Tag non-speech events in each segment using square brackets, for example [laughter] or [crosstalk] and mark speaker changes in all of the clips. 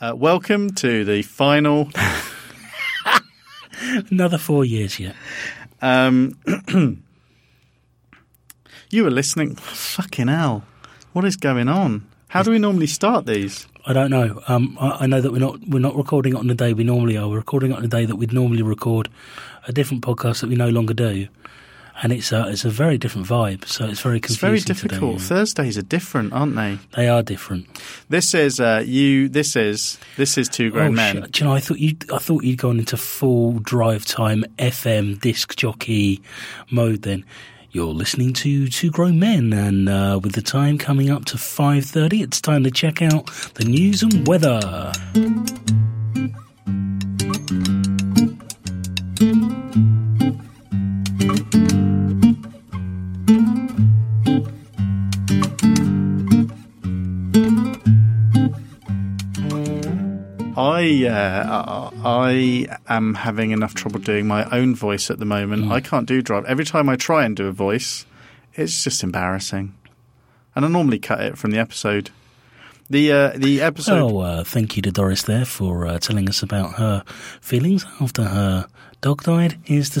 Speaker 1: Uh, welcome to the final.
Speaker 2: Another four years yet.
Speaker 1: um, [clears throat] You were listening. Fucking hell. What is going on? How do we normally start these?
Speaker 2: I don't know. Um, I, I know that we're not we're not recording it on the day we normally are. We're recording it on the day that we'd normally record a different podcast that we no longer do, and it's a it's a very different vibe. So it's very
Speaker 1: It's
Speaker 2: confusing.
Speaker 1: very
Speaker 2: to them,
Speaker 1: difficult.
Speaker 2: yeah.
Speaker 1: Thursdays are different, aren't they?
Speaker 2: They are different.
Speaker 1: This is uh, you. This is this is two grown
Speaker 2: oh,
Speaker 1: men.
Speaker 2: shit. Do you know? I thought you I thought you'd gone into full drive time FM disc jockey mode. Then you're listening to Two Grown Men, and uh, with the time coming up to five thirty, it's time to check out the news and weather.
Speaker 1: I uh, I I am having enough trouble doing my own voice at the moment.
Speaker 2: Hmm.
Speaker 1: I can't do drive. Every time I try and do a voice, it's just embarrassing. And I normally cut it from the episode. The uh, the episode.
Speaker 2: Oh, uh, thank you to Doris there for uh, telling us about her feelings after her dog died. Here's the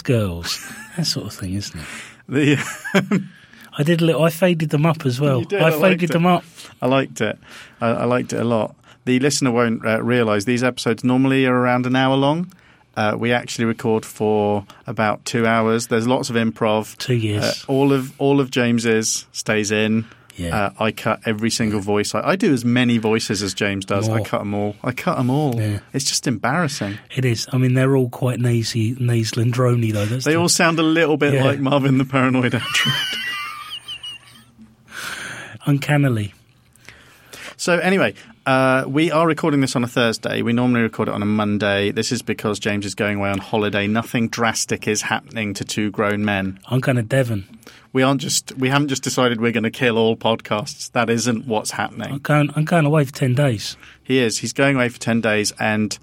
Speaker 1: [laughs]
Speaker 2: Girls, that sort of thing, isn't it?
Speaker 1: The [laughs]
Speaker 2: I did. A little, I faded them up as well.
Speaker 1: You did, I
Speaker 2: I
Speaker 1: liked
Speaker 2: faded
Speaker 1: it.
Speaker 2: them up.
Speaker 1: I liked it. I, I liked it a lot. The listener won't uh, realise these episodes normally are around an hour long. Uh, we actually record for about two hours. There's lots of improv.
Speaker 2: Two years.
Speaker 1: Uh, all of all of James's stays in.
Speaker 2: Yeah.
Speaker 1: Uh, I cut every single voice. I, I do as many voices as James does. I
Speaker 2: More.
Speaker 1: cut them all. I cut them all.
Speaker 2: Yeah.
Speaker 1: It's just embarrassing.
Speaker 2: It is. I mean, they're all quite nasy, nasal and drony though. That's
Speaker 1: They
Speaker 2: the-
Speaker 1: all sound a little bit
Speaker 2: Yeah.
Speaker 1: like Marvin the Paranoid Android.
Speaker 2: uncannily.
Speaker 1: So anyway, uh, we are recording this on a Thursday. We normally record it on a Monday. This is because James is going away on holiday. Nothing drastic is happening to two grown men.
Speaker 2: I'm kind of Devon.
Speaker 1: We aren't just we haven't just decided we're going to kill all podcasts. That isn't what's happening.
Speaker 2: I'm going. I'm going away for ten days.
Speaker 1: He is. He's going away for ten days, and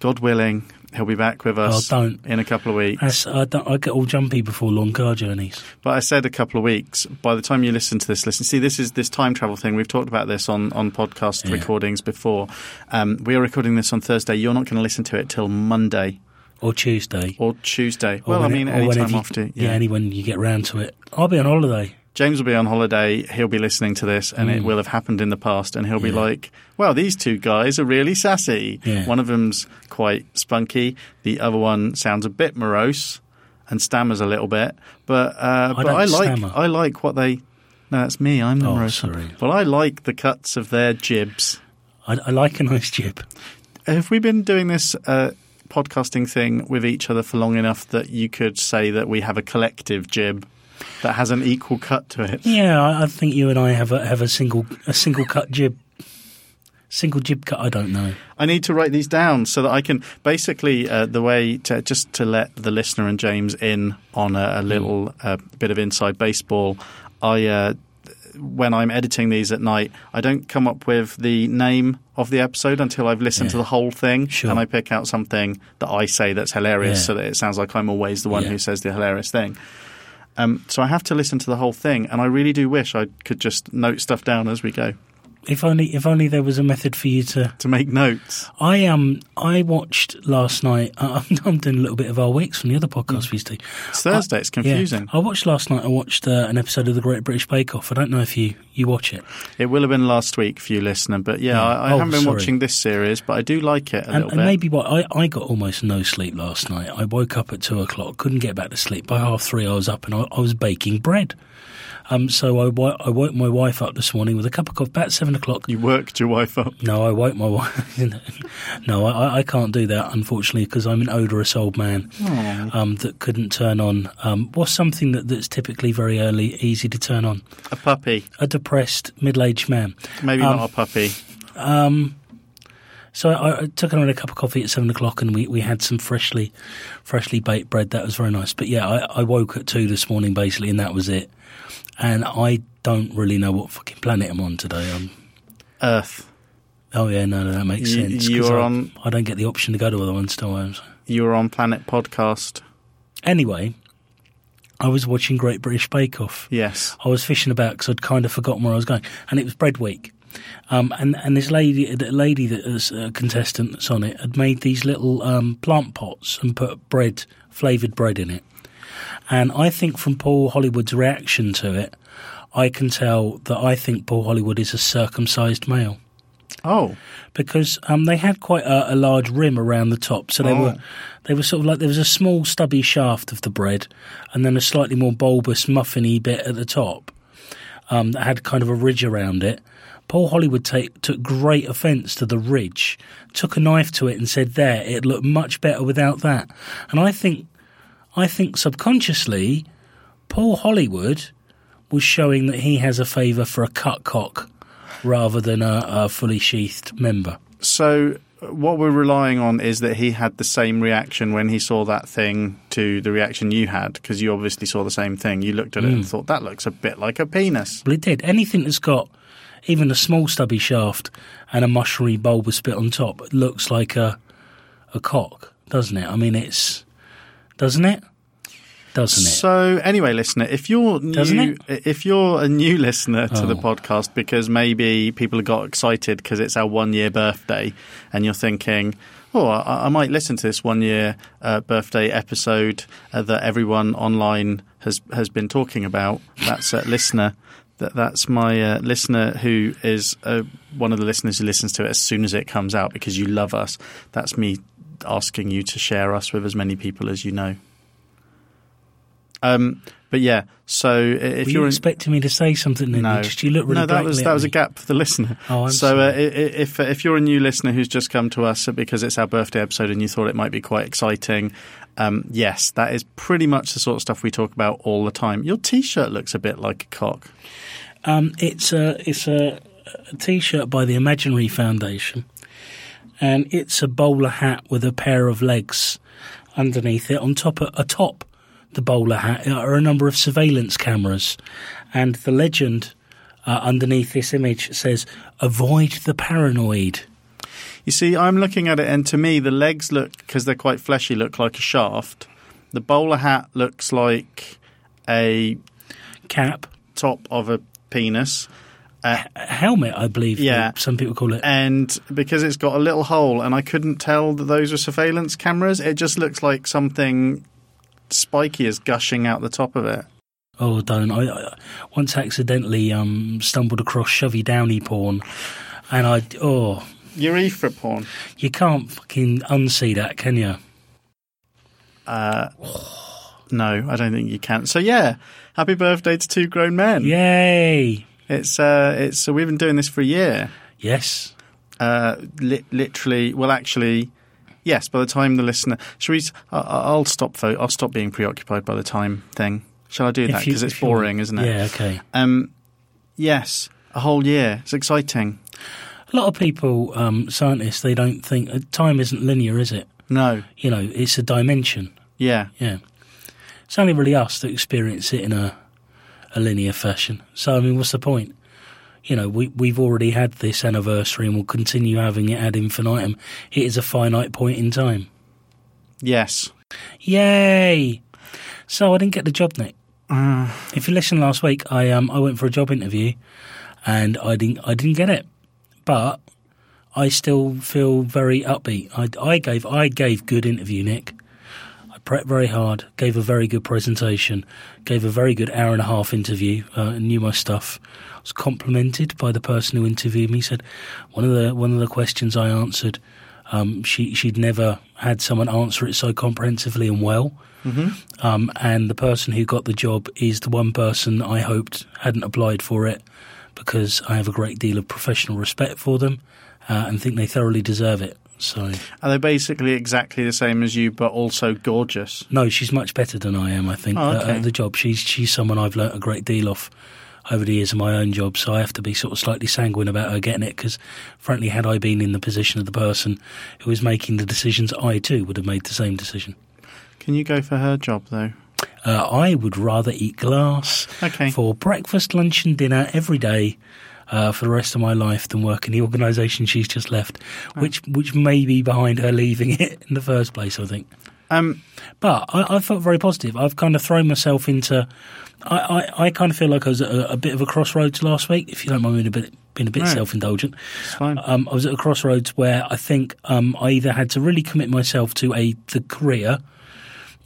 Speaker 1: God willing, he'll be back with us
Speaker 2: Oh, don't.
Speaker 1: in a couple of weeks.
Speaker 2: That's, I, don't, I get all jumpy before long car journeys.
Speaker 1: But I said a couple of weeks. By the time you listen to this, listen. See, this is this time travel thing. We've talked about this on on podcast
Speaker 2: Yeah.
Speaker 1: recordings before. Um, we are recording this on Thursday. You're not going to listen to it till Monday
Speaker 2: Or Tuesday.
Speaker 1: or Tuesday.
Speaker 2: Or
Speaker 1: well,
Speaker 2: when-
Speaker 1: I mean,
Speaker 2: or
Speaker 1: any
Speaker 2: whenever
Speaker 1: time
Speaker 2: you-
Speaker 1: after. Yeah.
Speaker 2: yeah, any when you get round to it. I'll be on holiday.
Speaker 1: James will be on holiday. He'll be listening to this, and
Speaker 2: Mm.
Speaker 1: it will have happened in the past. And he'll be like, "Wow, these two guys are really sassy.
Speaker 2: Yeah.
Speaker 1: One of them's quite spunky. The other one sounds a bit morose and stammers a little bit. But uh,
Speaker 2: I
Speaker 1: but
Speaker 2: don't
Speaker 1: I like
Speaker 2: stammer.
Speaker 1: I like what they." No, that's me. I'm the
Speaker 2: Oh,
Speaker 1: morose.
Speaker 2: sorry.
Speaker 1: But I like the cuts of their jibs.
Speaker 2: I, I like a nice jib.
Speaker 1: Have we been doing this uh, podcasting thing with each other for long enough that you could say that we have a collective jib that has an equal cut to it?
Speaker 2: Yeah, I, I think you and I have a have a single a single cut jib, single jib cut. I don't know.
Speaker 1: I need to write these down so that I can basically uh, the way to just to let the listener and James in on a, a little uh, bit of inside baseball. I uh, when I'm editing these at night, I don't come up with the name of the episode until I've listened
Speaker 2: Yeah.
Speaker 1: to the whole thing,
Speaker 2: Sure.
Speaker 1: and I pick out something that I say that's hilarious,
Speaker 2: Yeah.
Speaker 1: so that it sounds like I'm always the one
Speaker 2: Yeah.
Speaker 1: who says the hilarious thing. Um, so I have to listen to the whole thing, and I really do wish I could just note stuff down as we go
Speaker 2: If only if only there was a method for you to.
Speaker 1: to make notes.
Speaker 2: I um I watched last night. [laughs] Uh, I'm doing a little bit of our weeks from the other podcast we used to.
Speaker 1: It's Thursday; it's
Speaker 2: Yeah.
Speaker 1: confusing.
Speaker 2: I watched last night. I watched uh, an episode of the Great British Bake Off. I don't know if you you watch it.
Speaker 1: It will have been last week for you, listener. But yeah,
Speaker 2: Yeah.
Speaker 1: I, I
Speaker 2: Oh,
Speaker 1: haven't been
Speaker 2: sorry.
Speaker 1: watching this series, but I do like it a
Speaker 2: and,
Speaker 1: little
Speaker 2: and
Speaker 1: bit.
Speaker 2: maybe why I, I got almost no sleep last night. I woke up at two o'clock, couldn't get back to sleep. By half three, I was up and I, I was baking bread. Um, so I, wo- I woke my wife up this morning with a cup of coffee about seven o'clock.
Speaker 1: you worked your wife up.
Speaker 2: No, I woke my wife. [laughs] no, I- I, I can't do that, unfortunately, because I'm an odorous old man um, that couldn't turn on um, what's something that, that's typically very early, easy to turn on.
Speaker 1: A puppy,
Speaker 2: A depressed middle-aged man.
Speaker 1: maybe
Speaker 2: Um,
Speaker 1: not a puppy.
Speaker 2: So I, I took another cup of coffee at seven o'clock, and we, we had some freshly, freshly baked bread. That was very nice. But yeah, I, I woke at two this morning basically, and that was it. And I don't really know what fucking planet I'm on today. Um,
Speaker 1: Earth.
Speaker 2: oh yeah, no, no, that makes
Speaker 1: You-
Speaker 2: sense.
Speaker 1: you
Speaker 2: 'cause
Speaker 1: are
Speaker 2: I,
Speaker 1: on-
Speaker 2: I don't get the option to go to other ones till I'm.
Speaker 1: You were on Planet Podcast.
Speaker 2: Anyway, I was watching Great British Bake Off.
Speaker 1: Yes.
Speaker 2: I was fishing about because I'd kind of forgotten where I was going, and it was bread week. Um, and and this lady, the lady that is a contestant that's on it, had made these little um, plant pots and put bread, flavored bread in it. And I think from Paul Hollywood's reaction to it, I can tell that I think Paul Hollywood is a circumcised male
Speaker 1: Oh,
Speaker 2: because um, they had quite a, a large rim around the top, so they
Speaker 1: Oh.
Speaker 2: were they were sort of like there was a small stubby shaft of the bread, and then a slightly more bulbous muffiny bit at the top um, that had kind of a ridge around it. Paul Hollywood take, took great offence to the ridge, took a knife to it, and said, "There, it looked much better without that." And I think, I think subconsciously, Paul Hollywood was showing that he has a favour for a cut cock rather than a, a fully sheathed member.
Speaker 1: so what we're relying on is that he had the same reaction when he saw that thing to the reaction you had because you obviously saw the same thing. You looked at it and
Speaker 2: Mm.
Speaker 1: thought that looks a bit like a penis.
Speaker 2: Well, it did. Anything that's got even a small stubby shaft and a mushroomy bulbous bit on top looks like a a cock, doesn't it? I mean, it's doesn't it? Doesn't it?
Speaker 1: So anyway, listener, if you're
Speaker 2: Doesn't
Speaker 1: new, if you're a new listener to the
Speaker 2: Oh.
Speaker 1: podcast because maybe people got excited because it's our one year birthday, and you're thinking. Oh, I, I might listen to this one-year uh, birthday episode uh, that everyone online has has been talking about. That's uh, listener. That that's my uh, listener who is uh, one of the listeners who listens to it as soon as it comes out because you love us. That's me asking you to share us with as many people as you know. Um, but yeah, so i- if
Speaker 2: Were you
Speaker 1: you're in,
Speaker 2: expecting me to say something? then? You just you look really
Speaker 1: no, that was
Speaker 2: blankly
Speaker 1: that
Speaker 2: at
Speaker 1: was a
Speaker 2: me.
Speaker 1: gap for the listener.
Speaker 2: Oh, I'm
Speaker 1: so
Speaker 2: sorry.
Speaker 1: Uh, i- i- if if you're a new listener who's just come to us because it's our birthday episode and you thought it might be quite exciting, um, yes, that is pretty much the sort of stuff we talk about all the time. Your T-shirt looks a bit like a cock.
Speaker 2: Um, it's a it's a, a t-shirt by the Imaginary Foundation, and it's a bowler hat with a pair of legs underneath it. On top of, atop the bowler hat are a number of surveillance cameras, and the legend uh, underneath this image says, "Avoid the paranoid."
Speaker 1: You see, I'm looking at it, and to me, the legs look because they're quite fleshy, look like a shaft. The bowler hat looks like a
Speaker 2: Cap
Speaker 1: top of a penis.
Speaker 2: a helmet, I believe.
Speaker 1: Yeah.
Speaker 2: some people call it.
Speaker 1: and because it's got a little hole and I couldn't tell that those were surveillance cameras, it just looks like something spiky is gushing out the top of it.
Speaker 2: Oh, don't. I, I once accidentally um, stumbled across Shovey Downey porn, and I oh.
Speaker 1: Urethra porn.
Speaker 2: You can't fucking unsee that, can you?
Speaker 1: Uh, no, I don't think you can. So yeah, happy birthday to two grown men.
Speaker 2: Yay!
Speaker 1: It's uh, it's so we've been doing this for a year.
Speaker 2: Yes.
Speaker 1: Uh, li- literally, well, actually, yes. By the time the listener, shall we? s- I- I- I'll stop. Fo- I'll stop being preoccupied by the time thing. Shall I do that?
Speaker 2: If you-
Speaker 1: Because it's
Speaker 2: if you want.
Speaker 1: boring, isn't it?
Speaker 2: Yeah, okay.
Speaker 1: Um, yes, a whole year. It's exciting.
Speaker 2: A lot of people, um, scientists, they don't think uh, time isn't linear, is it?
Speaker 1: No,
Speaker 2: You know, it's a dimension.
Speaker 1: yeah,
Speaker 2: Yeah. It's only really us that experience it in a, a linear fashion. So, I mean, what's the point? You know, we, we've already had this anniversary and we'll continue having it ad infinitum. It is a finite point in time.
Speaker 1: yes.
Speaker 2: Yay! So I didn't get the job, Nick. if you listened last week, I um I went for a job interview, and I didn't I didn't get it, but I still feel very upbeat. I, I gave I gave good interview, Nick. I prepped very hard, gave a very good presentation, gave a very good hour and a half interview, uh, knew my stuff. I was complimented by the person who interviewed me. He Said one of the one of the questions I answered, um, she she'd never had someone answer it so comprehensively and well. Um, and the person who got the job is the one person I hoped hadn't applied for it because I have a great deal of professional respect for them uh, and think they thoroughly deserve it. So,
Speaker 1: Are they basically exactly the same as you, but also gorgeous?
Speaker 2: no, she's much better than I am, I think,
Speaker 1: Oh,
Speaker 2: at-
Speaker 1: okay.
Speaker 2: at the job. She's, she's someone I've learnt a great deal of over the years of my own job, so I have to be sort of slightly sanguine about her getting it because, frankly, had I been in the position of the person who was making the decisions, I too would have made the same decision.
Speaker 1: Can you go for her job though?
Speaker 2: Uh, I would rather eat glass
Speaker 1: Okay.
Speaker 2: for breakfast, lunch, and dinner every day uh, for the rest of my life than work in the organisation she's just left, which which may be behind her leaving it in the first place. I think.
Speaker 1: Um,
Speaker 2: But I, I felt very positive. I've kind of thrown myself into. I, I, I kind of feel like I was at a, a bit of a crossroads last week, if you don't mind me being a bit been a bit
Speaker 1: Right.
Speaker 2: self indulgent.
Speaker 1: It's fine.
Speaker 2: Um, I was at a crossroads where I think um, I either had to really commit myself to a the career,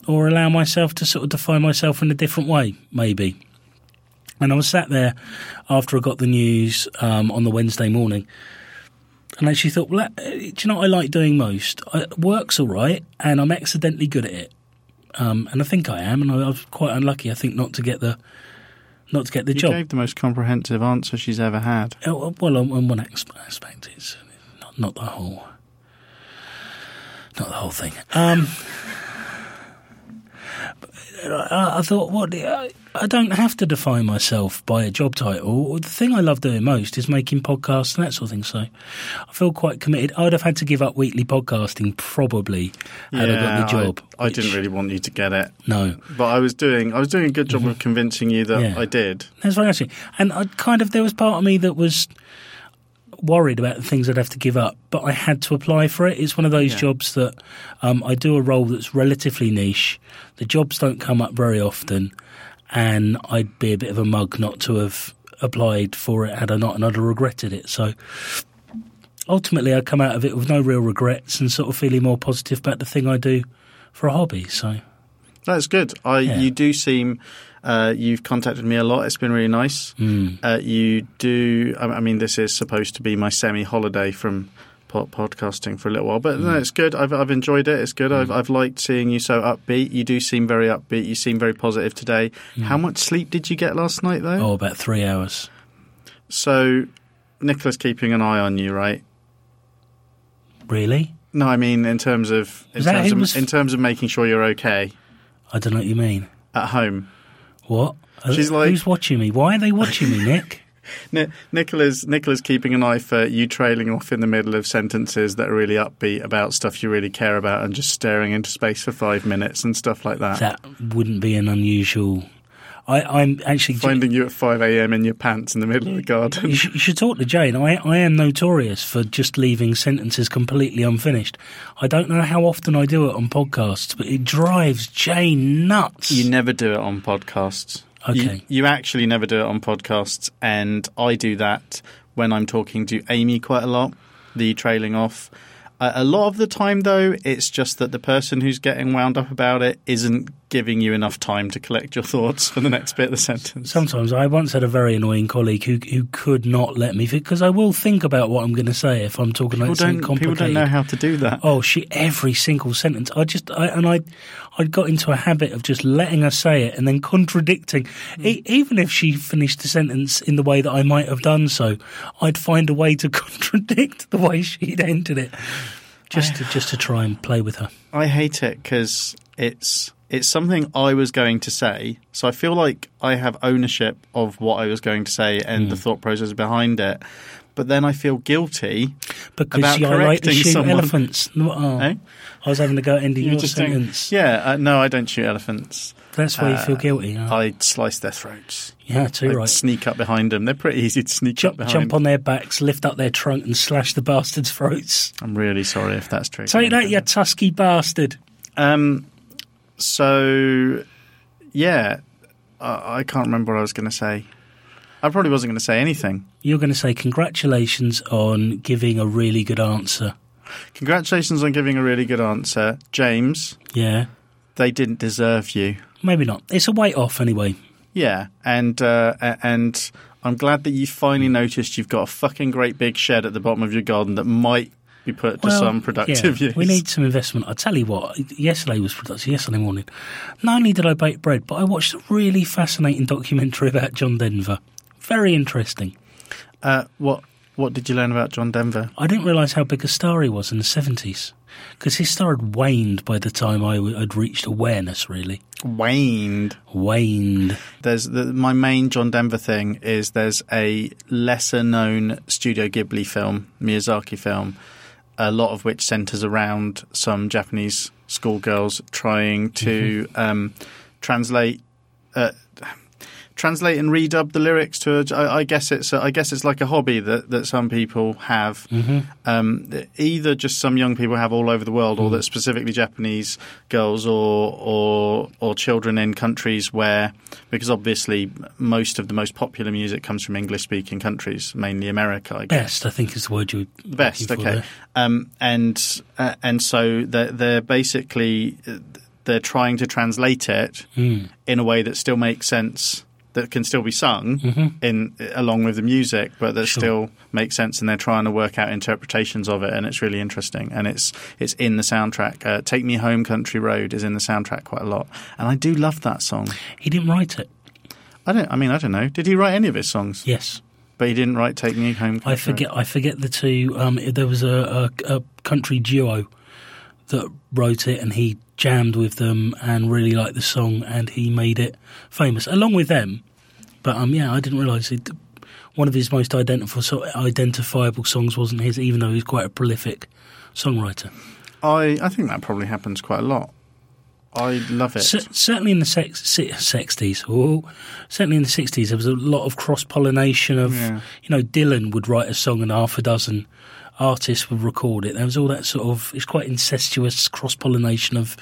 Speaker 2: or allow myself to sort of define myself in a different way, maybe. And I was sat there after I got the news um, on the Wednesday morning, and actually thought, well, that- eh, do you know what I like doing most? I, work's all right, and I'm accidentally good at it, um, and I think I am, and I, I was quite unlucky, I think, not to get the not to get the
Speaker 1: you
Speaker 2: job.
Speaker 1: gave the most comprehensive answer she's ever had.
Speaker 2: Oh, Well, on, on one asp- aspect, it's not, not the whole, not the whole thing. Um, but uh, I, I thought, what? I, I don't have to define myself by a job title. The thing I love doing most is making podcasts and that sort of thing. So I feel quite committed. I'd have had to give up weekly podcasting probably had I got the job.
Speaker 1: I, didn't
Speaker 2: which-
Speaker 1: really want you to get it,
Speaker 2: No,
Speaker 1: but I was doing I was doing a good job of convincing you that
Speaker 2: Mm-hmm. Yeah.
Speaker 1: I did.
Speaker 2: That's very interesting. And I kind of there was part of me that was worried about the things I'd have to give up, but I had to apply for it. It's one of those
Speaker 1: Yeah.
Speaker 2: jobs that um, I do a role that's relatively niche. The jobs don't come up very often, and I'd be a bit of a mug not to have applied for it had I not, and I'd have regretted it. So. Ultimately, I come out of it with no real regrets and sort of feeling more positive about the thing I do for a hobby. So,
Speaker 1: That's good. I
Speaker 2: Yeah.
Speaker 1: you do seem. Uh, you've contacted me a lot. It's been really nice.
Speaker 2: Mm. hmm.
Speaker 1: Uh, you do. I, I mean, this is supposed to be my semi-holiday from pod- podcasting for a little while, but
Speaker 2: Mm.
Speaker 1: no, it's good. I've I've enjoyed it. It's good. I've I've liked seeing you so upbeat. You do seem very upbeat. You seem very positive today. How much sleep did you get last night, though?
Speaker 2: Mm. oh, about three hours.
Speaker 1: So, Nicola's keeping an eye on you, right?
Speaker 2: Really?
Speaker 1: No, I mean in terms of in
Speaker 2: Is that
Speaker 1: terms
Speaker 2: him
Speaker 1: of,
Speaker 2: was-
Speaker 1: in terms of making sure you're okay
Speaker 2: I don't know what you mean.
Speaker 1: at home.
Speaker 2: What? Uh,
Speaker 1: She's like-
Speaker 2: who's watching me? Why are they watching
Speaker 1: [laughs]
Speaker 2: me, Nick?
Speaker 1: Ni- Nicola's Nicola's keeping an eye for you trailing off in the middle of sentences that are really upbeat about stuff you really care about and just staring into space for five minutes and stuff like that.
Speaker 2: that wouldn't be an unusual. I, I'm actually.
Speaker 1: Finding you at five a.m. in your pants in the middle of the
Speaker 2: you,
Speaker 1: garden.
Speaker 2: sh- you should talk to Jane. I, I am notorious for just leaving sentences completely unfinished. I don't know how often I do it on podcasts, but it drives Jane nuts.
Speaker 1: You never do it on podcasts. You-
Speaker 2: Okay.
Speaker 1: you actually never do it on podcasts, and I do that when I'm talking to Amy quite a lot. The trailing off. Uh, a lot of the time, though, it's just that the person who's getting wound up about it isn't giving you enough time to collect your [laughs] thoughts for the next bit of the sentence.
Speaker 2: Sometimes I once had a very annoying colleague who who could not let me because I will think about what I'm going to say if I'm talking
Speaker 1: people
Speaker 2: about something
Speaker 1: don't, people
Speaker 2: complicated.
Speaker 1: don't know how to do that.
Speaker 2: Oh, she every single sentence. I just I, and I, I got into a habit of just letting her say it and then contradicting. E- even if she finished the sentence in the way that I might have done so, I'd find a way to [laughs] contradict the way she'd ended it, just to, just to try and play with her.
Speaker 1: I hate it because it's it's something I was going to say, so I feel like I have ownership of what I was going to say and
Speaker 2: Hmm.
Speaker 1: the thought process behind it. But then I feel guilty.
Speaker 2: Because
Speaker 1: About
Speaker 2: she, I like to
Speaker 1: correcting
Speaker 2: shoot
Speaker 1: someone.
Speaker 2: elephants. No, oh,
Speaker 1: Eh?
Speaker 2: I was having to go at ending
Speaker 1: You're
Speaker 2: your
Speaker 1: doing-
Speaker 2: sentence.
Speaker 1: yeah, uh, no, I don't shoot elephants.
Speaker 2: That's why you feel
Speaker 1: Uh,
Speaker 2: guilty. huh?
Speaker 1: I slice their throats.
Speaker 2: yeah, too
Speaker 1: I
Speaker 2: Oh. right.
Speaker 1: sneak up behind them. They're pretty easy to sneak up
Speaker 2: Jump,
Speaker 1: behind.
Speaker 2: jump on their backs, lift up their trunk, and slash the bastards' throats.
Speaker 1: I'm really sorry if that's true.
Speaker 2: Take that, you tusky bastard.
Speaker 1: Um, so, yeah, I, I can't remember what I was going to say. I probably wasn't going to say anything.
Speaker 2: You're going to say congratulations on giving a really good answer.
Speaker 1: Congratulations on giving a really good answer, James.
Speaker 2: Yeah,
Speaker 1: They didn't deserve you.
Speaker 2: maybe not. It's a weight off anyway.
Speaker 1: Yeah, and uh, a- and I'm glad that you finally noticed you've got a fucking great big shed at the bottom of your garden that might be put to
Speaker 2: Well,
Speaker 1: some productive
Speaker 2: yeah,
Speaker 1: use.
Speaker 2: We need some investment. I tell you what, yesterday was productive. Yesterday morning, not only did I bake bread, but I watched a really fascinating documentary [laughs] about John Denver. Very interesting.
Speaker 1: Uh, what what did you learn about John Denver?
Speaker 2: I didn't realise how big a star he was in the 70s because his star had waned by the time I w- had reached awareness, really.
Speaker 1: Waned.
Speaker 2: Waned.
Speaker 1: There's the, my main John Denver thing is there's a lesser known Studio Ghibli film, Miyazaki film, a lot of which centers around some Japanese schoolgirls trying to um, translate. Uh, translate and redub the lyrics to. A, I, I guess it's a, I guess it's like a hobby that, that some people have. Um, either just some young people have all over the world, or that specifically Japanese girls or or or children in countries where, because obviously most of the most popular music comes from English speaking countries, mainly America. I guess
Speaker 2: Best, I think, is the word you were
Speaker 1: best.
Speaker 2: looking for
Speaker 1: Okay,
Speaker 2: there.
Speaker 1: um, and uh, and so they're, they're basically uh, they're trying to translate it
Speaker 2: Hmm.
Speaker 1: in a way that still makes sense, that can still be sung in along with the music, but that
Speaker 2: Mm-hmm. Sure.
Speaker 1: still makes sense. And they're trying to work out interpretations of it, and it's really interesting. And it's it's in the soundtrack. Uh, Take Me Home, Country Road is in the soundtrack quite a lot, and I do love that song.
Speaker 2: He didn't write it.
Speaker 1: I don't. I mean, I don't know. Did he write any of his songs?
Speaker 2: Yes,
Speaker 1: But he didn't write Take Me Home. Country
Speaker 2: I
Speaker 1: Road.
Speaker 2: forget. I forget the two. Um, there was a, a, a country duo that wrote it, and he jammed with them and really liked the song, and he made it famous along with them. But um, yeah, I didn't realise it. One of his most identif- so identifiable songs wasn't his, even though he's quite a prolific songwriter.
Speaker 1: I I think that probably happens quite a lot. I love it.
Speaker 2: Cer- certainly in the sex- si- 60s, oh, certainly in the 60s, there was a lot of cross pollination of,
Speaker 1: Yeah.
Speaker 2: you know, Dylan would write a song and half a dozen artists would record it. There was all that sort of, it's quite incestuous cross pollination of,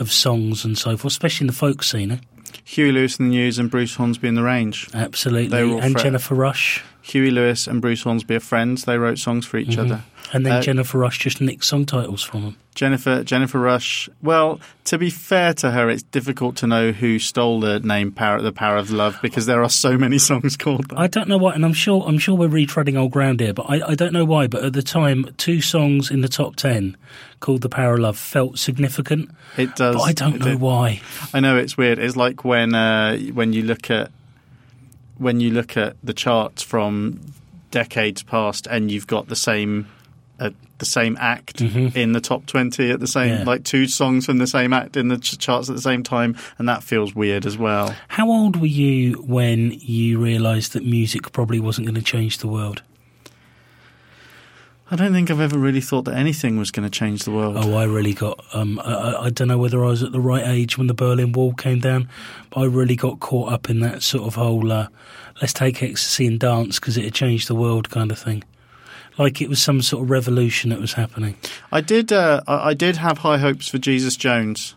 Speaker 2: of songs and so forth, especially in the folk scene. eh?
Speaker 1: Huey Lewis in the News and Bruce Hornsby in the Range.
Speaker 2: Absolutely.
Speaker 1: They were all
Speaker 2: And
Speaker 1: fra-
Speaker 2: Jennifer Rush.
Speaker 1: Huey Lewis and Bruce Hornsby are friends. They wrote songs for each
Speaker 2: Mm-hmm.
Speaker 1: other.
Speaker 2: And then
Speaker 1: Uh,
Speaker 2: Jennifer Rush just nicked song titles from them.
Speaker 1: Jennifer Jennifer Rush. Well, to be fair to her, it's difficult to know who stole the name "Power the Power of Love" because there are so many [laughs] songs called that.
Speaker 2: I don't know why, and I'm sure I'm sure we're retreading old ground here, but I, I don't know why. But at the time, two songs in the top ten called "The Power of Love" felt significant,
Speaker 1: It does.
Speaker 2: but I don't
Speaker 1: it
Speaker 2: know
Speaker 1: did.
Speaker 2: why.
Speaker 1: I know it's weird. It's like when uh, when you look at when you look at the charts from decades past, and you've got the same uh, the same act in the top twenty at the same
Speaker 2: Yeah.
Speaker 1: like two songs from the same act in the ch- charts at the same time, and that feels weird as well.
Speaker 2: How old were you when you realised that music probably wasn't going to change the world?
Speaker 1: I don't think I've ever really thought that anything was going to change the world.
Speaker 2: Oh, I really got. Um, I, I- I don't know whether I was at the right age when the Berlin Wall came down, but I really got caught up in that sort of whole uh, "let's take ecstasy and dance" because it had changed the world kind of thing. Like it was some sort of revolution that was happening.
Speaker 1: I did. Uh, I I did have high hopes for Jesus Jones.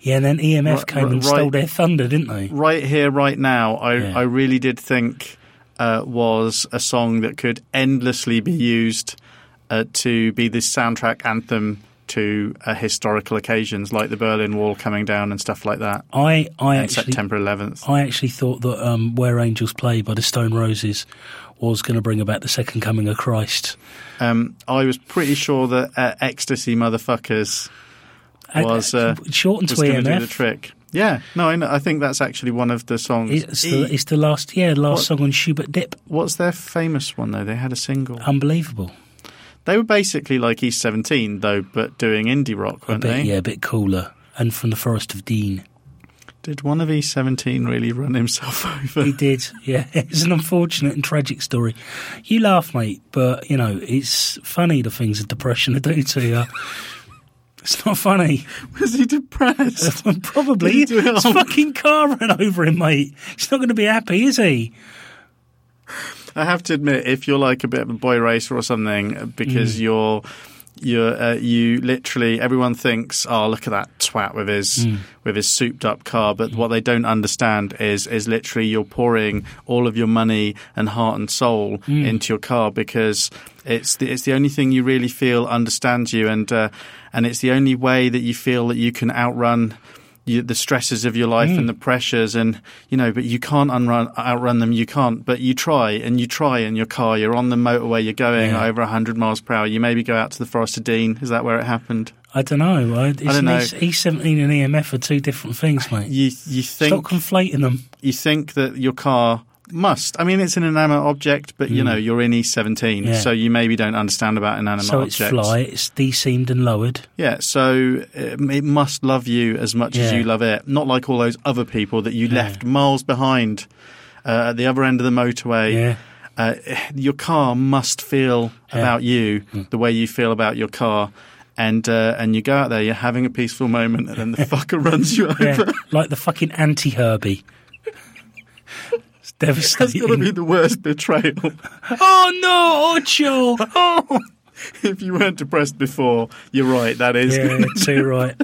Speaker 2: Yeah, and then EMF
Speaker 1: Ri-
Speaker 2: came
Speaker 1: ri-
Speaker 2: and stole
Speaker 1: right.
Speaker 2: their thunder, didn't they?
Speaker 1: right here, right now, I,
Speaker 2: Yeah.
Speaker 1: I really did think uh, was a song that could endlessly be used uh, to be the soundtrack anthem to uh, historical occasions like the Berlin Wall coming down and stuff like that.
Speaker 2: I, I
Speaker 1: And
Speaker 2: actually, oh.
Speaker 1: September 11th.
Speaker 2: I actually thought that um, "Where Angels Play" by the Stone Roses was going to bring about the second coming of Christ.
Speaker 1: Um, I was pretty sure that uh, Ecstasy Motherfuckers
Speaker 2: And-
Speaker 1: Was, uh,
Speaker 2: shortened
Speaker 1: was
Speaker 2: to
Speaker 1: going to do the
Speaker 2: EMF.
Speaker 1: trick. Yeah, no, I, know, I think that's actually one of the songs.
Speaker 2: It's
Speaker 1: E-
Speaker 2: the, it's the last, yeah, last
Speaker 1: What-
Speaker 2: song on Schubert Dip.
Speaker 1: What's their famous one though? They had a single.
Speaker 2: Oh. Unbelievable.
Speaker 1: they were basically like East Seventeen though, but doing indie rock,
Speaker 2: A
Speaker 1: weren't they?
Speaker 2: bit, yeah, a bit cooler. And from the Forest of Dean,
Speaker 1: Did one of these 17 really run himself [laughs] over?
Speaker 2: he did. [laughs] Yeah, it's an unfortunate and tragic story. You laugh, mate, but you know it's funny the things that depression do to you. [laughs] it's not funny. [laughs]
Speaker 1: Was he depressed?
Speaker 2: Probably.
Speaker 1: Did he do it
Speaker 2: His
Speaker 1: on-
Speaker 2: fucking car ran over him, mate. He's not going to be happy, is he?
Speaker 1: [laughs] I have to admit, if you're like a bit of a boy racer or something, because you're. You're, uh, you literally everyone thinks, oh, look at that twat with his with his souped up car. But what they don't understand is is literally you're pouring all of your money and heart and soul into your car because it's the, it's the only thing you really feel understands you and uh, and it's the only way that you feel that you can outrun you, the stresses of your life and
Speaker 2: Mm.
Speaker 1: the pressures and you know but you can't unrun, outrun them you can't but you try and you try in your car you're on the motorway you're going
Speaker 2: Yeah.
Speaker 1: over 100 miles per hour you maybe go out to the forest of dean is that where it happened
Speaker 2: I don't know. I, it's
Speaker 1: don't
Speaker 2: an
Speaker 1: know.
Speaker 2: E- E17 and EMF are two different things, mate.
Speaker 1: you you
Speaker 2: Stop
Speaker 1: think
Speaker 2: conflating them.
Speaker 1: you think that your car must i mean it's an inanimate object but you know you're in e17
Speaker 2: Mm. Yeah.
Speaker 1: so you maybe don't understand about inanimate
Speaker 2: So it's
Speaker 1: objects
Speaker 2: fly, it's deseamed and lowered.
Speaker 1: Yeah, so um, it must love you as much as
Speaker 2: Yeah.
Speaker 1: you love it, not like all those other people that you left miles behind uh, at the other end of the motorway.
Speaker 2: Yeah.
Speaker 1: Uh, your car must feel
Speaker 2: Yeah. Hmm.
Speaker 1: about you the way you feel about your car. And uh, and you go out there, you're having a
Speaker 2: [laughs]
Speaker 1: peaceful moment, and then the fucker runs you over.
Speaker 2: Yeah. like the fucking anti Herbie.
Speaker 1: [laughs] That's got to be
Speaker 2: devastating.
Speaker 1: the worst betrayal.
Speaker 2: [laughs] Oh no, Ocho!
Speaker 1: oh, if you weren't depressed before, you're right. That is.
Speaker 2: yeah, too right.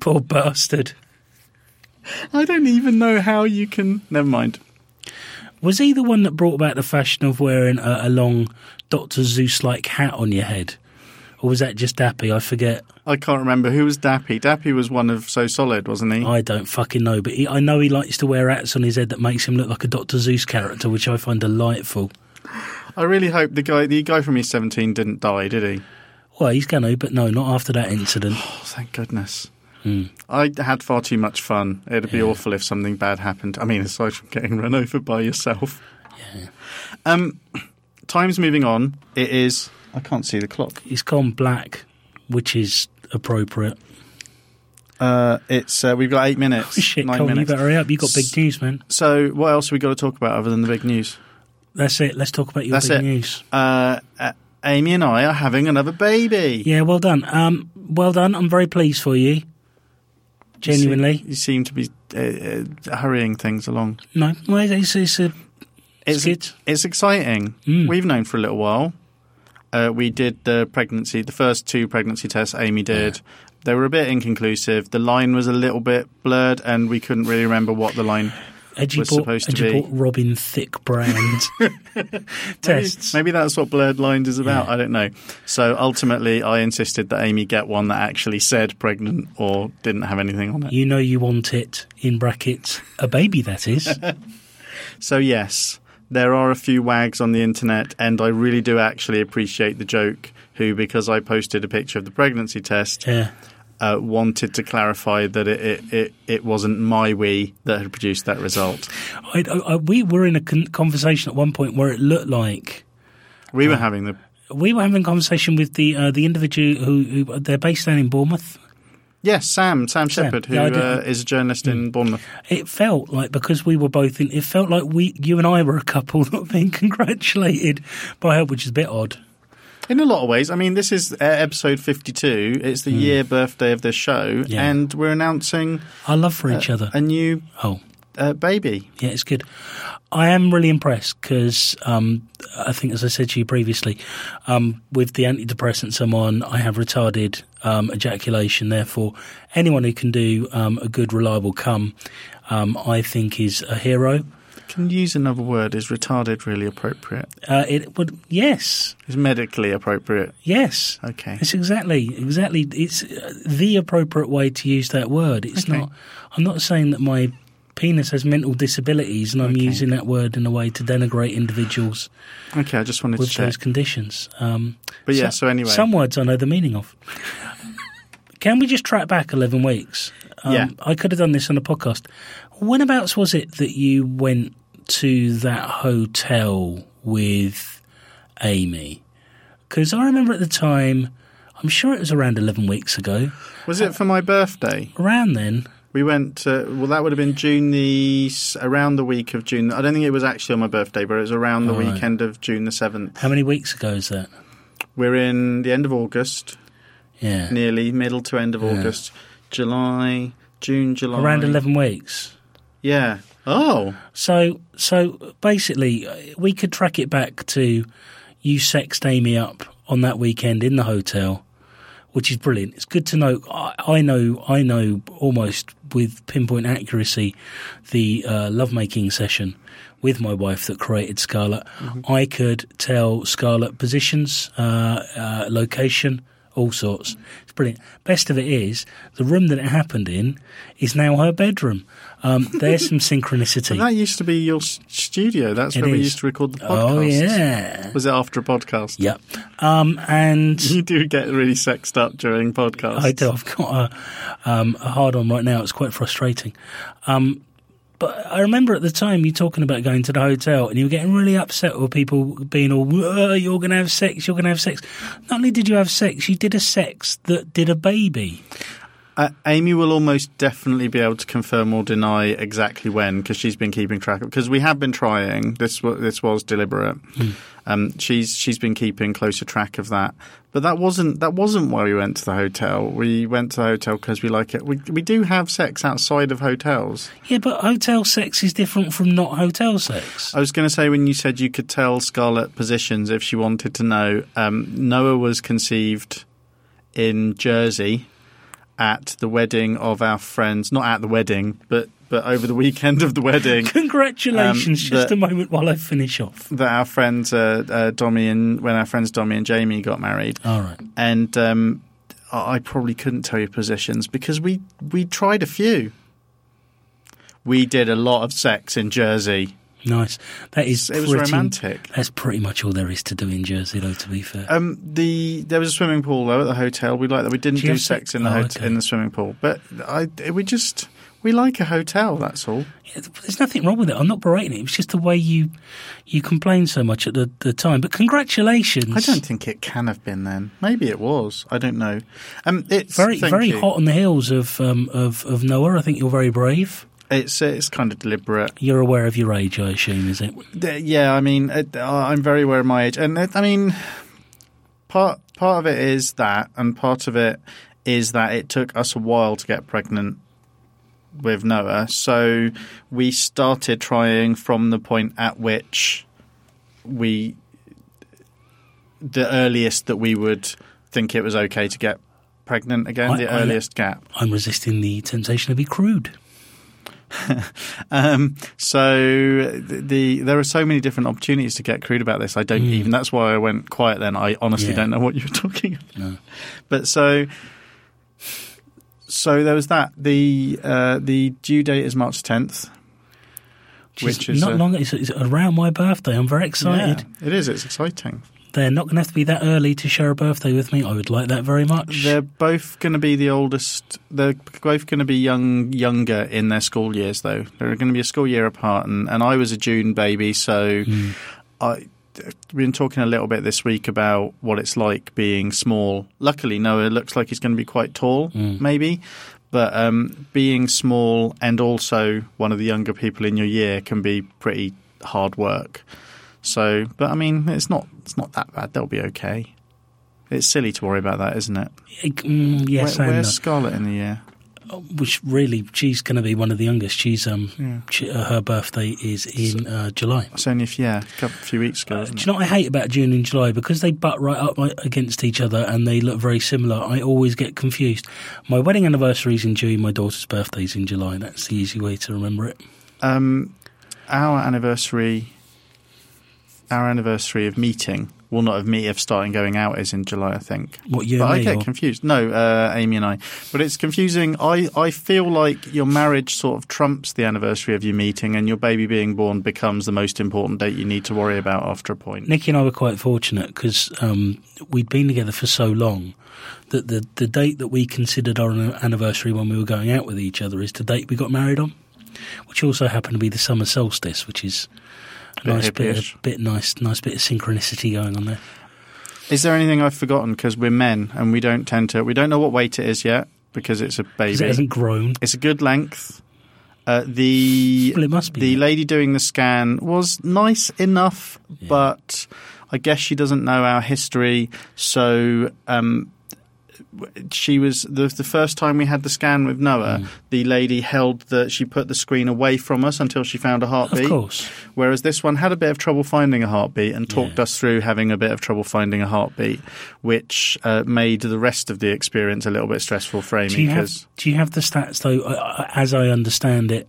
Speaker 2: Poor bastard.
Speaker 1: [laughs] I don't even know how you can. Never mind.
Speaker 2: Was he the one that brought about the fashion of wearing a, a long Doctor Zeus-like hat on your head, or was that just Dappy? I forget.
Speaker 1: I can't remember who was Dappy. Dappy was one of So Solid, wasn't he?
Speaker 2: I don't fucking know, but he, I know he likes to wear hats on his head that makes him look like a Doctor Zeus character, which I find delightful.
Speaker 1: I really hope the guy, the guy from East Seventeen, didn't die, did he?
Speaker 2: Well, he's going to, but no, not after that incident.
Speaker 1: Oh, thank goodness.
Speaker 2: Hmm.
Speaker 1: I had far too much fun. It'd be awful if something bad happened. I mean, aside from getting run over by yourself. Yeah. Um, time's moving on. It is. I can't see the clock.
Speaker 2: He's gone black, which is appropriate.
Speaker 1: Uh, it's uh, we've got eight minutes.
Speaker 2: [laughs] Shit,
Speaker 1: nine
Speaker 2: Cole, you
Speaker 1: minutes.
Speaker 2: better hurry up. You got big
Speaker 1: S-
Speaker 2: news, man.
Speaker 1: So, what else have we got to talk about other than the big news?
Speaker 2: That's it. Let's talk about your
Speaker 1: That's
Speaker 2: big
Speaker 1: it.
Speaker 2: news.
Speaker 1: Uh, uh, Amy and I are having another baby.
Speaker 2: Yeah, well done. Um, well done. I'm very pleased for you.
Speaker 1: You se-
Speaker 2: Genuinely,
Speaker 1: you seem to be uh, uh, hurrying things along.
Speaker 2: no. Well, it's, it's uh, a
Speaker 1: It's
Speaker 2: Skid.
Speaker 1: it's exciting.
Speaker 2: Mm.
Speaker 1: We've known for a little while. Uh, we did the pregnancy, the first two pregnancy tests Amy did. They were a bit inconclusive. The line was a little bit blurred, and we couldn't really remember what the line.
Speaker 2: edgy
Speaker 1: was
Speaker 2: bought,
Speaker 1: supposed to
Speaker 2: edgy
Speaker 1: be.
Speaker 2: bought Robin
Speaker 1: [laughs]
Speaker 2: Thick brand tests.
Speaker 1: Maybe that's what blurred lines is about.
Speaker 2: Yeah.
Speaker 1: I don't know. So ultimately, I insisted that Amy get one that actually said pregnant or didn't have anything on it.
Speaker 2: You know you want it in brackets a baby that is. Uh,
Speaker 1: So yes, there are a few wags on the internet, and I really do actually appreciate the joke. Who, because I posted a picture of the pregnancy test,
Speaker 2: yeah.
Speaker 1: uh, wanted to clarify that it, it, it, it wasn't my we that had produced that result.
Speaker 2: I, I, I- we were in a con- conversation at one point where it looked like
Speaker 1: We
Speaker 2: Uh,
Speaker 1: were having the
Speaker 2: we were having a conversation with the uh, the individual who, who they're based down in Bournemouth.
Speaker 1: yes, Sam Sam
Speaker 2: Sam.
Speaker 1: Shepherd, who
Speaker 2: Yeah, I did- Hmm.
Speaker 1: uh, is a journalist in Bournemouth.
Speaker 2: It felt like because we were both in, it felt like we you and I were a couple [laughs] not being congratulated by her, which is a bit odd.
Speaker 1: In a lot of ways, I mean, this is uh, episode fifty-two. It's the year birthday of the show,
Speaker 2: Hmm. Yeah.
Speaker 1: and we're announcing
Speaker 2: Our love for each other.
Speaker 1: a new
Speaker 2: oh.
Speaker 1: uh, baby.
Speaker 2: Yeah, it's good. I am really impressed because um, I think, as I said to you previously, um, with the antidepressants I'm on, I have retarded um, ejaculation. Therefore, anyone who can do um, a good, reliable cum, um, I think, is a hero.
Speaker 1: Can you use another word? Is retarded really appropriate?
Speaker 2: Uh, it would, yes,
Speaker 1: Is medically appropriate?
Speaker 2: yes.
Speaker 1: Okay.
Speaker 2: It's exactly, exactly. It's uh, the appropriate way to use that word. It's
Speaker 1: Okay.
Speaker 2: not. I'm not saying that my penis has mental disabilities, and I'm
Speaker 1: Okay.
Speaker 2: using that word in a way to denigrate individuals.
Speaker 1: Okay, I just wanted to
Speaker 2: with
Speaker 1: check.
Speaker 2: those conditions. Um,
Speaker 1: But yeah, so
Speaker 2: so-
Speaker 1: anyway,
Speaker 2: Some words I know the meaning of. Can we just track back 11 weeks? Um,
Speaker 1: Yeah.
Speaker 2: I could have done this on a podcast. Whenabouts was it that you went to that hotel with Amy? Because I remember at the time, I'm sure it was around 11 weeks ago.
Speaker 1: was it for my birthday?
Speaker 2: Around then,
Speaker 1: We went. Uh, well, that would have been June the s- around the week of June. I don't think it was actually on my birthday, but it was around the
Speaker 2: Right.
Speaker 1: weekend of June the seventh.
Speaker 2: how many weeks ago is that?
Speaker 1: We're in the end of August,
Speaker 2: Yeah.
Speaker 1: nearly middle to end of
Speaker 2: Yeah.
Speaker 1: August, July, June, July.
Speaker 2: Around 11 weeks.
Speaker 1: Yeah. Oh,
Speaker 2: So, so basically, uh, we could track it back to you sexed Amy up on that weekend in the hotel, which is brilliant. It's good to know. I, I know. I know almost with pinpoint accuracy the uh, lovemaking session with my wife that created Scarlet. I could tell Scarlet positions, uh, uh, location. All sorts. It's brilliant. Best of it is the room that it happened in is now her bedroom. Um, there's some synchronicity.
Speaker 1: that used to be your s- studio. That's
Speaker 2: It
Speaker 1: where we
Speaker 2: is.
Speaker 1: used to record the podcast.
Speaker 2: Oh yeah,
Speaker 1: Was it after a podcast?
Speaker 2: yeah. Um, and
Speaker 1: [laughs] You do get really sexed up during podcasts.
Speaker 2: I do. I've got a, um, a hard on right now. It's quite frustrating. Um, but I remember at the time you talking about going to the hotel, and you were getting really upset with people being all, "Whoa, "You're going to have sex. You're going to have sex." Not only did you have sex, you did a sex that did a baby.
Speaker 1: Uh, Amy will almost definitely be able to confirm or deny exactly when because she's been keeping track of because we have been trying this wa- this was deliberate. Um, she's she's been keeping closer track of that, but that wasn't that wasn't why we went to the hotel. We went to the hotel because we like it. We we do have sex outside of hotels.
Speaker 2: Yeah, but hotel sex is different from not hotel sex.
Speaker 1: I was going to say when you said you could tell Scarlett positions if she wanted to know. Um, Noah was conceived in Jersey at the wedding of our friends. Not at the wedding, but but over the weekend of the wedding. [laughs]
Speaker 2: Congratulations.
Speaker 1: Um,
Speaker 2: just
Speaker 1: the-
Speaker 2: a moment while I finish off.
Speaker 1: That our friends uh, uh, Dommy and when our friends Dommy and Jamie got married,
Speaker 2: All right.
Speaker 1: and um, I I probably couldn't tell you positions because we we tried a few. We did a lot of sex in Jersey.
Speaker 2: Nice. That is
Speaker 1: It was
Speaker 2: pretty,
Speaker 1: romantic.
Speaker 2: That's pretty much all there is to do in Jersey, though. To be fair,
Speaker 1: Um, the there was a swimming pool though at the hotel. We liked that. We didn't
Speaker 2: Do you
Speaker 1: do
Speaker 2: have
Speaker 1: sex
Speaker 2: sex?
Speaker 1: in the
Speaker 2: Oh,
Speaker 1: hot
Speaker 2: okay.
Speaker 1: in the swimming pool, but I we just we like a hotel. That's all.
Speaker 2: Yeah, there's nothing wrong with it. I'm not berating it. It's just the way you you complain so much at the, the time. But congratulations.
Speaker 1: I don't think it can have been then. Maybe it was. I don't know. Um, it's
Speaker 2: Very
Speaker 1: thank
Speaker 2: very
Speaker 1: you.
Speaker 2: hot on the heels of um, of of Noah. I think you're very brave.
Speaker 1: It's it's kind of deliberate.
Speaker 2: You're aware of your age, I assume, is it?
Speaker 1: Th- Yeah, I mean, it- uh, I'm very aware of my age, and it- I mean, part part of it is that, and part of it is that it took us a while to get pregnant with Noah, so we started trying from the point at which we, the earliest that we would think it was okay to get pregnant again,
Speaker 2: I-
Speaker 1: the
Speaker 2: I le-
Speaker 1: earliest gap.
Speaker 2: I'm resisting the temptation to be crude.
Speaker 1: Um, so the, the there are so many different opportunities to get crude about this. I don't even. That's why I went quiet. Then I honestly
Speaker 2: Mm. Yeah.
Speaker 1: don't know what you're [laughs] talking. about.
Speaker 2: No.
Speaker 1: But so. So there was that. The uh, the due date is March 10th. Which
Speaker 2: Which
Speaker 1: is
Speaker 2: is not
Speaker 1: a-
Speaker 2: long. It's, it's around my birthday. I'm very excited.
Speaker 1: Yeah, it is. It's exciting.
Speaker 2: They're not going to have to be that early to share a birthday with me. I would like that very much.
Speaker 1: They're both going to be the oldest. They're both going to be young, younger in their school years, though. They're going to be a school year apart, and, and I was a June baby, so
Speaker 2: Mm.
Speaker 1: I we've been talking a little bit this week about what it's like being small. Luckily, Noah looks like he's going to be quite tall,
Speaker 2: Mm.
Speaker 1: maybe. But um, being small and also one of the younger people in your year can be pretty hard work. So, but I mean, it's not it's not that bad. They'll be okay. It's silly to worry about that, isn't it?
Speaker 2: Mm, yes,
Speaker 1: Where,
Speaker 2: and
Speaker 1: where's
Speaker 2: no.
Speaker 1: Scarlett in the year?
Speaker 2: which really she's going to be one of the youngest. She's um,
Speaker 1: Yeah.
Speaker 2: she, uh, her birthday is in uh, July.
Speaker 1: It's only a few, yeah, a couple, few weeks ago.
Speaker 2: Uh,
Speaker 1: isn't
Speaker 2: do
Speaker 1: it?
Speaker 2: you know what I hate about June and July? Because they butt right up like, against each other and they look very similar. I always get confused. My wedding anniversary is in June. My daughter's birthday is in July. That's the easy way to remember it.
Speaker 1: Um, our anniversary, our anniversary of meeting, well, not of me, of starting going out is in July, I think.
Speaker 2: What year?
Speaker 1: but
Speaker 2: are
Speaker 1: I
Speaker 2: you?
Speaker 1: get confused. No, uh, Amy and I. But it's confusing. I, I feel like your marriage sort of trumps the anniversary of your meeting, and your baby being born becomes the most important date you need to worry about after a point.
Speaker 2: Nikki and I were quite fortunate because um, we'd been together for so long that the, the date that we considered our an- anniversary when we were going out with each other is the date we got married on, which also happened to be the summer solstice, which is a
Speaker 1: Bit
Speaker 2: nice bit,
Speaker 1: hippie-ish.
Speaker 2: of, bit nice, nice bit of synchronicity going on there.
Speaker 1: Is there anything I've forgotten? Because we're men and we don't tend to. We don't know what weight it is yet because it's a
Speaker 2: 'Cause
Speaker 1: baby.
Speaker 2: it hasn't grown.
Speaker 1: It's a good length. Uh, the
Speaker 2: Well, it must be.
Speaker 1: the lady doing the scan was nice enough,
Speaker 2: Yeah.
Speaker 1: but I guess she doesn't know our history. So um, w- she was the the first time we had the scan with Noah.
Speaker 2: Mm.
Speaker 1: The lady held the she put the screen away from us until she found a
Speaker 2: of
Speaker 1: heartbeat.
Speaker 2: course.
Speaker 1: Whereas this one had a bit of trouble finding a heartbeat and talked
Speaker 2: Yeah.
Speaker 1: us through having a bit of trouble finding a heartbeat, which uh, made the rest of the experience a little bit stressful for Amy
Speaker 2: Do you, have,
Speaker 1: 'cause-
Speaker 2: do you have the stats, though? Uh, As I understand it,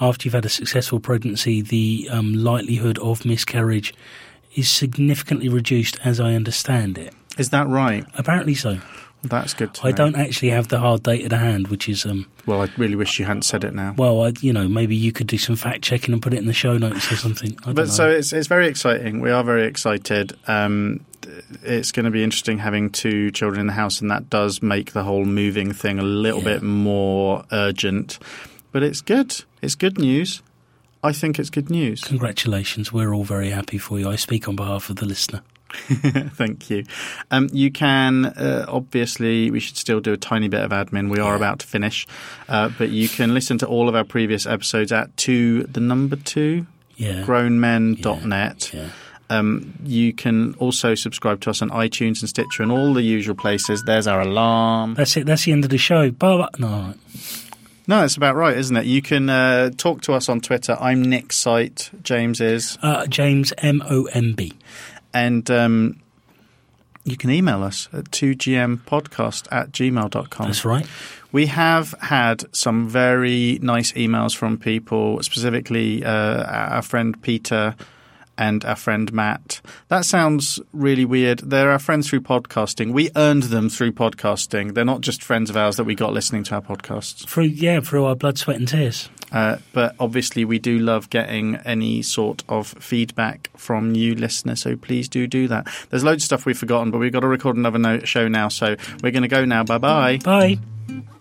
Speaker 2: after you've had a successful pregnancy, the um, likelihood of miscarriage is significantly reduced, as I understand it.
Speaker 1: is that right?
Speaker 2: Apparently so.
Speaker 1: That's good. To
Speaker 2: I
Speaker 1: know.
Speaker 2: don't actually have the hard data to hand, which is um.
Speaker 1: Well, I really wish you hadn't said it now.
Speaker 2: Well, I you know maybe you could do some fact checking and put it in the show notes or something. I don't
Speaker 1: But
Speaker 2: know.
Speaker 1: so it's it's very exciting. We are very excited. Um, th- it's going to be interesting having two children in the house, and that does make the whole moving thing a little
Speaker 2: Yeah.
Speaker 1: bit more urgent. But it's good. It's good news. I think it's good news.
Speaker 2: Congratulations, we're all very happy for you. I speak on behalf of the listener.
Speaker 1: [laughs] Thank you. Um, you can uh, obviously we should still do a tiny bit of admin. We are about to finish, uh, but you can listen to all of our previous episodes at two the number two
Speaker 2: Yeah.
Speaker 1: grownmen.net.
Speaker 2: Yeah.
Speaker 1: Um, you can also subscribe to us on iTunes and Stitcher and all the usual places. There's our alarm.
Speaker 2: That's it. That's the end of the show. Bye. bye. No, all right.
Speaker 1: No, it's about right, isn't it? You can uh, talk to us on Twitter. I'm Nick Site. James is,
Speaker 2: uh, James M O M B.
Speaker 1: and um, you can email us at 2gmpodcast at gmail.com.
Speaker 2: That's right.
Speaker 1: We have had some very nice emails from people, specifically uh, our friend Peter and our friend Matt. That sounds really weird. They're our friends through podcasting. We earned them through podcasting. They're not just friends of ours that we got listening to our podcasts.
Speaker 2: Through yeah, through our blood, sweat, and tears.
Speaker 1: Uh, but obviously, we do love getting any sort of feedback from you, listener. So please do do that. There's loads of stuff we've forgotten, but we've got to record another no- show now. So we're going to go now. Bye bye.
Speaker 2: Bye.